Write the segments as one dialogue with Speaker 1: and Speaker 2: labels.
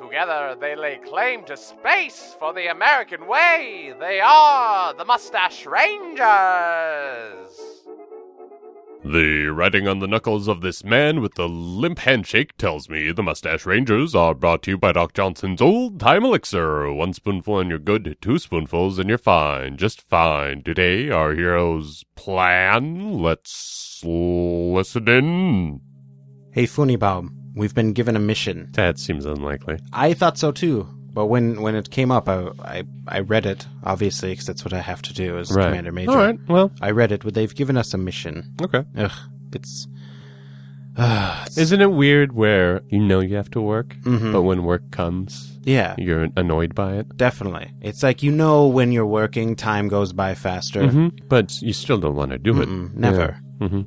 Speaker 1: Together they lay claim to space for the American way. They are the Mustache Rangers.
Speaker 2: The writing on the knuckles of this man with the limp handshake tells me the Mustache Rangers are brought to you by Doc Johnson's Old Time Elixir. One spoonful and you're good, two spoonfuls and you're fine, just fine. Today, our hero's plan. Let's listen in.
Speaker 3: Hey Funibaum, we've been given a mission.
Speaker 2: That seems unlikely.
Speaker 3: I thought so too, but when, when it came up, I, I I read it obviously because that's what I have to do as
Speaker 2: Right.
Speaker 3: Commander Major.
Speaker 2: All right, well,
Speaker 3: I read it, but they've given us a mission.
Speaker 2: okay.
Speaker 3: Ugh, it's uh,
Speaker 2: Isn't it weird where you know you have to work,
Speaker 3: Mm-hmm.
Speaker 2: but when work comes,
Speaker 3: yeah,
Speaker 2: you're annoyed by it?
Speaker 3: definitely. It's like you know when you're working, time goes by faster.
Speaker 2: Mm-hmm. But you still don't want to do it. Mm-hmm.
Speaker 3: Mm, Never.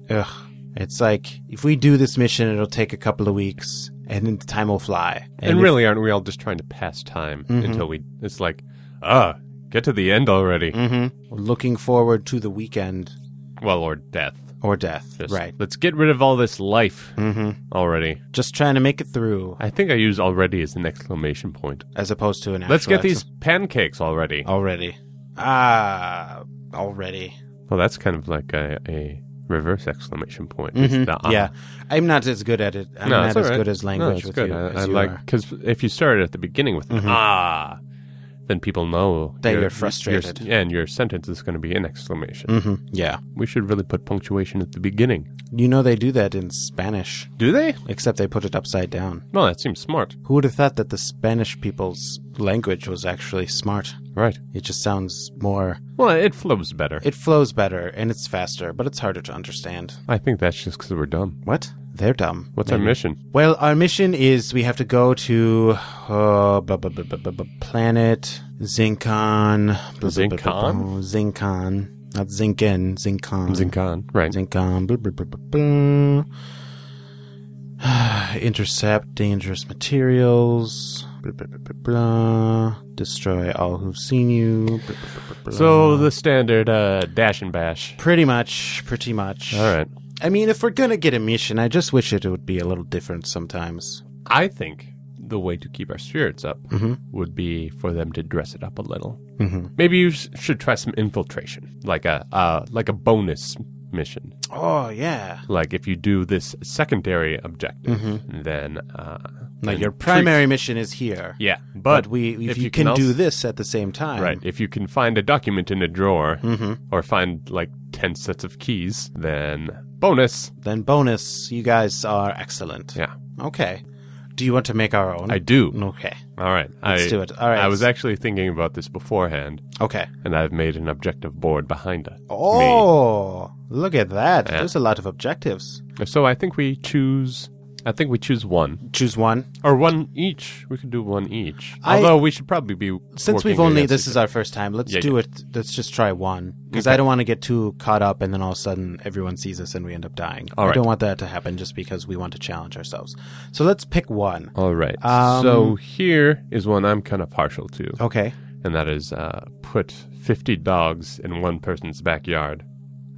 Speaker 3: Ugh. It's like if we do this mission, it'll take a couple of weeks, and then the time will fly.
Speaker 2: And,
Speaker 3: if- Mm-hmm.
Speaker 2: really, aren't we all just trying to pass time until we? It's like, ah, get to the end already.
Speaker 3: Mhm. looking forward to the weekend
Speaker 2: Well, or death.
Speaker 3: or death.
Speaker 2: Just,
Speaker 3: Mm-hmm. right. Mm-hmm.
Speaker 2: Let's get rid of all this life already.
Speaker 3: Just trying to make it through,
Speaker 2: I think I use already as an exclamation point.
Speaker 3: as opposed to an.
Speaker 2: Let's
Speaker 3: actual
Speaker 2: get these pancakes already.
Speaker 3: Already. Ah, already.
Speaker 2: Well, that's kind of like a, a reverse exclamation point. It's the ah.
Speaker 3: Mm-hmm. Yeah, I'm not as good at it. I'm
Speaker 2: No,
Speaker 3: not
Speaker 2: it's
Speaker 3: as
Speaker 2: all right.
Speaker 3: good as
Speaker 2: No,
Speaker 3: language
Speaker 2: it's
Speaker 3: with
Speaker 2: good.
Speaker 3: you.
Speaker 2: I,
Speaker 3: as
Speaker 2: I
Speaker 3: you
Speaker 2: like
Speaker 3: are. Mm-hmm.
Speaker 2: because if you started at the beginning with an ah, then people know
Speaker 3: That
Speaker 2: your-
Speaker 3: you're frustrated.
Speaker 2: your- and your sentence is going to be an exclamation.
Speaker 3: Mhm, Yeah,
Speaker 2: We should really put punctuation at the beginning.
Speaker 3: you know they do that in Spanish,
Speaker 2: Do they?
Speaker 3: except they put it upside down.
Speaker 2: Well, that seems smart.
Speaker 3: Who would have thought that the Spanish people's language was actually smart?
Speaker 2: Right.
Speaker 3: It just sounds more.
Speaker 2: Well, it flows better.
Speaker 3: It flows better and it's faster, but it's harder to understand.
Speaker 2: I think that's just because we're dumb.
Speaker 3: What? They're dumb.
Speaker 2: What's our
Speaker 3: Maybe.
Speaker 2: mission?
Speaker 3: Well, our mission is we have to go to uh, bu- bu- bu- bu- bu- bu- planet Zincon. bu- bu- bu- bu-
Speaker 2: Zincon?
Speaker 3: bu- Zincon. Not Zinkin. Zincon.
Speaker 2: Zincon. Right.
Speaker 3: Zincon. Blah, blah, blah, blah, blah. Intercept dangerous materials. Blah, blah, blah, blah, blah. Destroy all who've seen you. Blah, blah, blah, blah, blah.
Speaker 2: so the standard uh, dash and bash.
Speaker 3: pretty much, pretty much.
Speaker 2: All right.
Speaker 3: I mean, if we're gonna get a mission, I just wish it would be a little different sometimes.
Speaker 2: I think the way to keep our spirits up would be for them to dress it up a little. Mm-hmm. Maybe you sh- should try some infiltration, like a uh, like a bonus mission.
Speaker 3: Oh yeah.
Speaker 2: Like if you do this secondary objective, then uh,
Speaker 3: Like your
Speaker 2: treat-
Speaker 3: primary mission is here.
Speaker 2: Yeah, but,
Speaker 3: But, we if, you, can,
Speaker 2: also-
Speaker 3: do this at the same time.
Speaker 2: Right. If you can find a document in a drawer
Speaker 3: Mm-hmm.
Speaker 2: or find like 10 sets of keys, then bonus.
Speaker 3: Then bonus, you guys are excellent.
Speaker 2: Yeah,
Speaker 3: Okay. Do you want to make our own?
Speaker 2: I do.
Speaker 3: Okay.
Speaker 2: All right.
Speaker 3: Let's
Speaker 2: I,
Speaker 3: do it. All right.
Speaker 2: I was actually thinking about this beforehand,
Speaker 3: Okay.
Speaker 2: and I've made an objective board behind it.
Speaker 3: Oh look at that.
Speaker 2: Yeah.
Speaker 3: There's a lot of objectives.
Speaker 2: Me. So I think we choose. I think we choose one
Speaker 3: Choose one.
Speaker 2: or one each. We could do one each.
Speaker 3: I-
Speaker 2: Although we should probably be
Speaker 3: Since
Speaker 2: working
Speaker 3: we've only
Speaker 2: against
Speaker 3: this
Speaker 2: each
Speaker 3: is our first time, let's
Speaker 2: Yeah,
Speaker 3: do it let's just try one. Because I
Speaker 2: Okay.
Speaker 3: don't want to get too caught up and then all of a sudden everyone sees us and we end up dying.
Speaker 2: All
Speaker 3: I
Speaker 2: right.
Speaker 3: don't want that to happen just because we want to challenge ourselves. So let's pick one.
Speaker 2: All right.
Speaker 3: Um,
Speaker 2: so here is one I'm kind of partial to,
Speaker 3: Okay.
Speaker 2: and that is uh, put 50 dogs in one person's backyard.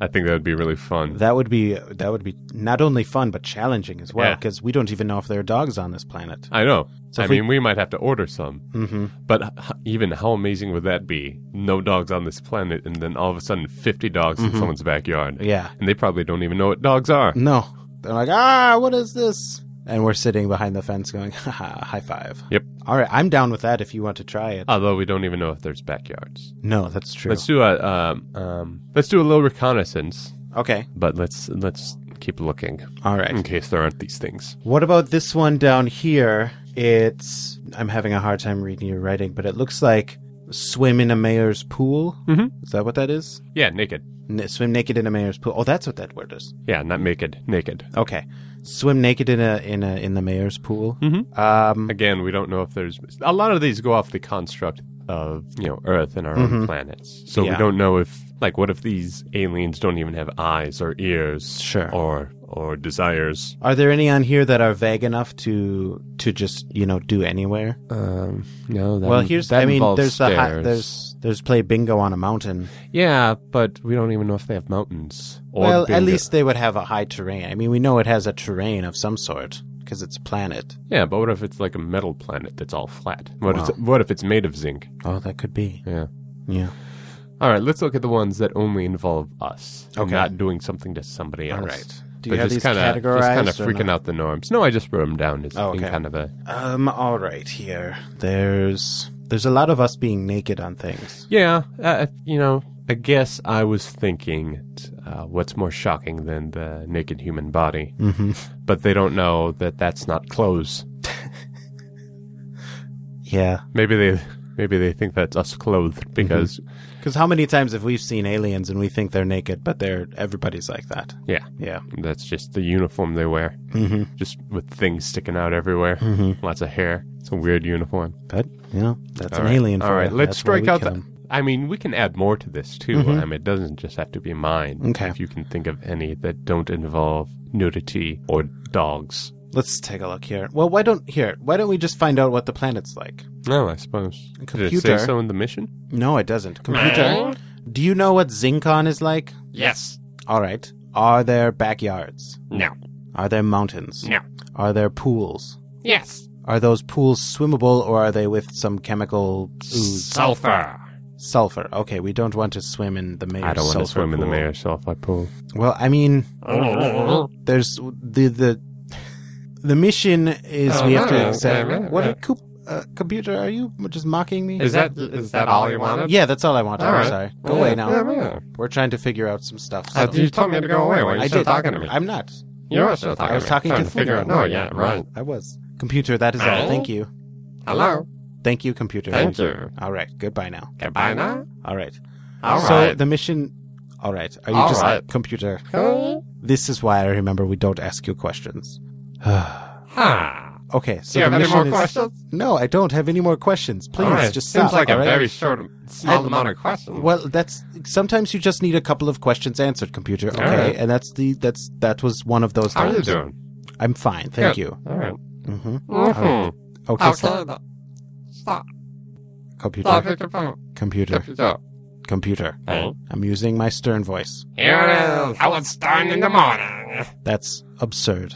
Speaker 2: I think that would be really fun.
Speaker 3: That would be that would be not only fun but challenging as well
Speaker 2: Yeah.
Speaker 3: because we don't even know if there are dogs on this planet.
Speaker 2: I know.
Speaker 3: So
Speaker 2: I
Speaker 3: if we-
Speaker 2: mean, we might have to order some. Mm-hmm. But h- h- even how amazing would that be? No dogs on this planet, and then all of a sudden, 50 dogs
Speaker 3: Mm-hmm.
Speaker 2: in someone's backyard.
Speaker 3: Yeah.
Speaker 2: And they probably don't even know what dogs are.
Speaker 3: No, they're like, ah, what is this? And we're sitting behind the fence going, haha, high five.
Speaker 2: Yep.
Speaker 3: All right, I'm down with that if you want to try it.
Speaker 2: Although we don't even know if there's backyards.
Speaker 3: no, that's true.
Speaker 2: Let's do a um, um, let's do a little reconnaissance,
Speaker 3: okay.
Speaker 2: but let's let's keep looking
Speaker 3: All right.
Speaker 2: in case there aren't these things.
Speaker 3: What about this one down here? It's I'm having a hard time reading your writing, but it looks like swim in a mayor's pool. Mm-hmm. Is that what that is?
Speaker 2: Yeah, naked.
Speaker 3: N- swim naked in a mayor's pool. Oh, that's what that word is.
Speaker 2: Yeah, not naked. Naked.
Speaker 3: Okay. Swim naked in a in a in the mayor's pool. Mm-hmm. Um,
Speaker 2: Again, we don't know if there's a lot of these go off the construct of you know Earth and our own
Speaker 3: Mhm.
Speaker 2: planets. So we
Speaker 3: Yeah.
Speaker 2: don't know if like what if these aliens don't even have eyes or ears,
Speaker 3: Sure.
Speaker 2: or or desires.
Speaker 3: Are there any on here that are vague enough to to just you know do anywhere?
Speaker 2: Um, no, that
Speaker 3: well,
Speaker 2: in-
Speaker 3: here's
Speaker 2: that
Speaker 3: I mean
Speaker 2: involves
Speaker 3: there's the hi-
Speaker 2: stairs.
Speaker 3: there's there's play bingo on a mountain.
Speaker 2: yeah, but we don't even know if they have mountains. Or
Speaker 3: well, at
Speaker 2: bingo.
Speaker 3: least they would have a high terrain. I mean, we know it has a terrain of some sort because it's a planet.
Speaker 2: yeah, but what if it's like a metal planet that's all flat? What if
Speaker 3: Wow.
Speaker 2: it's, what if it's made of zinc?
Speaker 3: Oh, that could be.
Speaker 2: Yeah.
Speaker 3: Yeah.
Speaker 2: All right, let's look at the ones that only involve us, and
Speaker 3: Okay.
Speaker 2: not doing something to somebody else.
Speaker 3: All right. Do you
Speaker 2: But
Speaker 3: have
Speaker 2: just
Speaker 3: these
Speaker 2: kinda,
Speaker 3: categorized?
Speaker 2: Just
Speaker 3: or
Speaker 2: kind of freaking
Speaker 3: no?
Speaker 2: out the norms. No, I just wrote them down as
Speaker 3: Oh,
Speaker 2: being
Speaker 3: okay.
Speaker 2: kind of a
Speaker 3: Um. All right. Here, there's there's a lot of us being naked on things.
Speaker 2: yeah. Uh, you know, I guess I was thinking, uh, what's more shocking than the naked human body?
Speaker 3: Mm-hmm.
Speaker 2: But they don't know that that's not clothes.
Speaker 3: Yeah.
Speaker 2: Maybe they maybe they think that's us
Speaker 3: Mm-hmm.
Speaker 2: clothed because
Speaker 3: Because how many times have we seen aliens and we think they're naked, but they're everybody's like that?
Speaker 2: yeah,
Speaker 3: Yeah.
Speaker 2: that's just the uniform they wear,
Speaker 3: Mm-hmm.
Speaker 2: just with things sticking out everywhere, lots of hair. It's a weird uniform.
Speaker 3: But you know, that's
Speaker 2: All
Speaker 3: an
Speaker 2: right.
Speaker 3: alien. For
Speaker 2: All right,
Speaker 3: you.
Speaker 2: let's
Speaker 3: That's why
Speaker 2: strike
Speaker 3: we
Speaker 2: out
Speaker 3: kill
Speaker 2: the.
Speaker 3: 'em.
Speaker 2: I mean, we can add more to this too. I mean, it doesn't just have to be mine.
Speaker 3: Okay.
Speaker 2: If you can think of any that don't involve nudity or dogs.
Speaker 3: Let's take a look here. Well, why don't here? Why don't we just find out what the planet's like?
Speaker 2: No, I suppose. Did it say
Speaker 3: computer.
Speaker 2: so in the mission?
Speaker 3: No, it doesn't. Computer. Do you know what Zincon is like?
Speaker 2: Yes.
Speaker 3: All right. Are there backyards?
Speaker 2: No.
Speaker 3: Are there mountains?
Speaker 2: No.
Speaker 3: Are there pools?
Speaker 2: Yes.
Speaker 3: Are those pools swimmable or are they with some chemical ooze?
Speaker 2: Sulfur.
Speaker 3: sulfur. Okay, we don't want to swim in the mayor's
Speaker 2: I don't want to
Speaker 3: sulfur
Speaker 2: swim in the
Speaker 3: pool.
Speaker 2: mayor's sulfur pool.
Speaker 3: Well, I mean, there's the the the mission is
Speaker 2: Oh,
Speaker 3: we have to examine. What a coup uh, computer are you just mocking me?
Speaker 2: that is that all you wanted?
Speaker 3: yeah, that's all I want. I'm
Speaker 2: All right.
Speaker 3: sorry. Go away now. We're trying to figure out some stuff. so-
Speaker 2: told me to Uh, go away. Why
Speaker 3: I did. I'm not.
Speaker 2: You were still
Speaker 3: I was talking to figure out.
Speaker 2: No, yeah, right.
Speaker 3: I was. Computer, that is all. Thank you.
Speaker 2: Hello.
Speaker 3: Thank you, computer.
Speaker 2: you.
Speaker 3: All right. Goodbye now.
Speaker 2: Goodbye now.
Speaker 3: All right.
Speaker 2: All
Speaker 3: so
Speaker 2: right.
Speaker 3: the mission. All right. Are you
Speaker 2: All
Speaker 3: just
Speaker 2: right.
Speaker 3: computer? This is why I remember we don't ask you questions.
Speaker 2: Ah.
Speaker 3: Okay. So the mission is- No, I don't have any more questions. Please, just stop. all right?
Speaker 2: short, small amount of questions.
Speaker 3: Well, that's sometimes you just need a couple of questions answered, computer. Okay,
Speaker 2: right.
Speaker 3: and that's the that's that was one of those. times.
Speaker 2: doing?
Speaker 3: I'm fine, thank
Speaker 2: Good.
Speaker 3: you.
Speaker 2: All right.
Speaker 3: hmm
Speaker 2: Mhm.
Speaker 3: Okay, stop.
Speaker 2: Stop.
Speaker 3: computer,
Speaker 2: Stop with your phone.
Speaker 3: computer,
Speaker 2: Stop your phone.
Speaker 3: computer.
Speaker 2: Hey.
Speaker 3: I'm using my stern voice.
Speaker 2: Here it is. I was starting in the morning.
Speaker 3: That's absurd.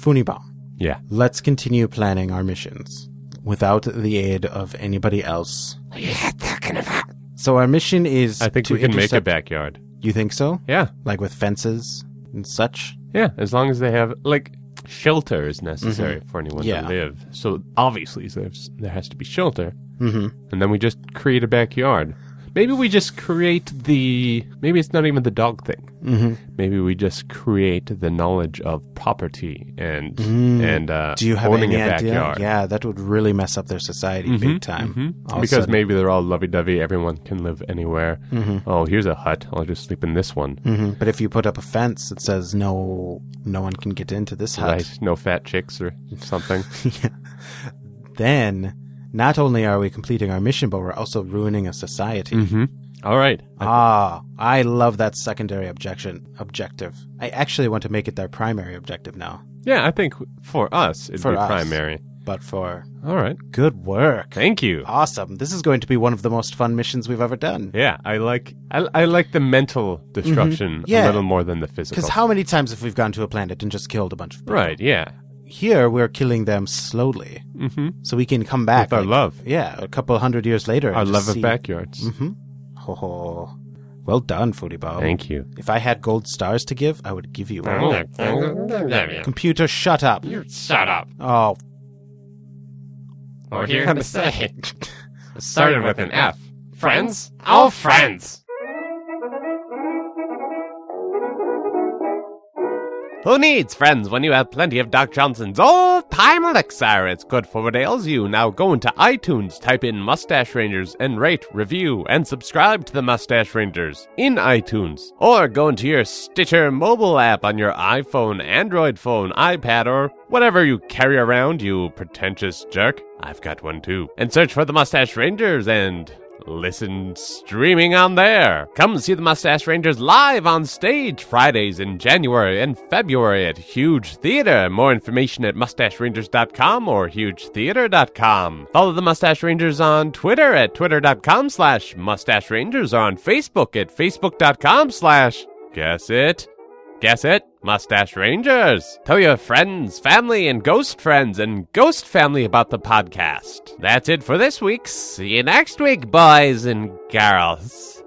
Speaker 3: Funibom.
Speaker 2: Yeah.
Speaker 3: Let's continue planning our missions without the aid of anybody else.
Speaker 2: What are you talking about?
Speaker 3: So our mission is.
Speaker 2: I think
Speaker 3: to
Speaker 2: we can make a
Speaker 3: intercept-
Speaker 2: backyard.
Speaker 3: You think so?
Speaker 2: Yeah.
Speaker 3: Like with fences and such.
Speaker 2: Yeah. As long as they have, like, shelter is necessary for anyone
Speaker 3: Mm-hmm. Yeah.
Speaker 2: to live. So obviously there's, there has to be shelter.
Speaker 3: Mm-hmm.
Speaker 2: And then we just create a backyard. Maybe we just create the. Maybe it's not even the dog thing.
Speaker 3: Mm-hmm.
Speaker 2: Maybe we just create the knowledge of property and and uh,
Speaker 3: Mm. Do you have
Speaker 2: owning
Speaker 3: any
Speaker 2: a
Speaker 3: idea?
Speaker 2: backyard.
Speaker 3: Yeah, that would really mess up their society big time.
Speaker 2: Mhm.
Speaker 3: All of a
Speaker 2: Because
Speaker 3: sudden-
Speaker 2: maybe they're all lovey-dovey. Everyone can live anywhere.
Speaker 3: Mm-hmm.
Speaker 2: Oh, here's a hut. I'll just sleep in this one.
Speaker 3: Mhm. But if you put up a fence that says no, no one can get into this hut,
Speaker 2: Right? No fat chicks or something.
Speaker 3: then not only are we completing our mission, but we're also ruining a society.
Speaker 2: mm-hmm. All right.
Speaker 3: Ah, I love that secondary objection objective. I actually want to make it their primary objective now.
Speaker 2: Yeah, I think for us it'd
Speaker 3: For
Speaker 2: be
Speaker 3: us.
Speaker 2: primary.
Speaker 3: But for
Speaker 2: All right.
Speaker 3: good work,
Speaker 2: Thank you.
Speaker 3: awesome. This is going to be one of the most fun missions we've ever done.
Speaker 2: Yeah, I like I, I like the mental destruction a
Speaker 3: Mm-hmm. Yeah.
Speaker 2: little more than the physical.
Speaker 3: Because how many times have we gone to a planet and just killed a bunch of people?
Speaker 2: right? Yeah.
Speaker 3: Here we're killing them slowly,
Speaker 2: Mm-hmm.
Speaker 3: so we can come back
Speaker 2: With our
Speaker 3: like-
Speaker 2: love.
Speaker 3: Yeah, a couple hundred years later. and
Speaker 2: Our
Speaker 3: just
Speaker 2: love of
Speaker 3: see- Mm-hmm.
Speaker 2: backyards.
Speaker 3: Ho ho. Well done, Foodie Bob.
Speaker 2: Thank you.
Speaker 3: If I had gold stars to give, I would give you one. Computer, shut up.
Speaker 4: You shut up.
Speaker 3: Oh,
Speaker 4: What are you gonna say? It started with an F. Friends? All friends!
Speaker 2: Who needs friends when you have plenty of Doc Johnson's old time elixir? It's good for what ails you. Now go into iTunes, type in Mustache Rangers, and rate, review, and subscribe to the Mustache Rangers in iTunes. Or go into your Stitcher mobile app on your iPhone, Android phone, iPad, or whatever you carry around, you pretentious jerk. I've got one too. And search for the Mustache Rangers and listen streaming on there. Come see the Mustache Rangers live on stage Fridays in January and February at Huge Theater. More information at mustacherangers.com or hugetheater.com. Follow the Mustache Rangers on Twitter at twitter.com slash mustache rangers or on Facebook at facebook.com slash guess it. Guess it, Mustache Rangers. Tell your friends, family, and ghost friends and ghost family about the podcast. That's it for this week. See you next week, boys and girls.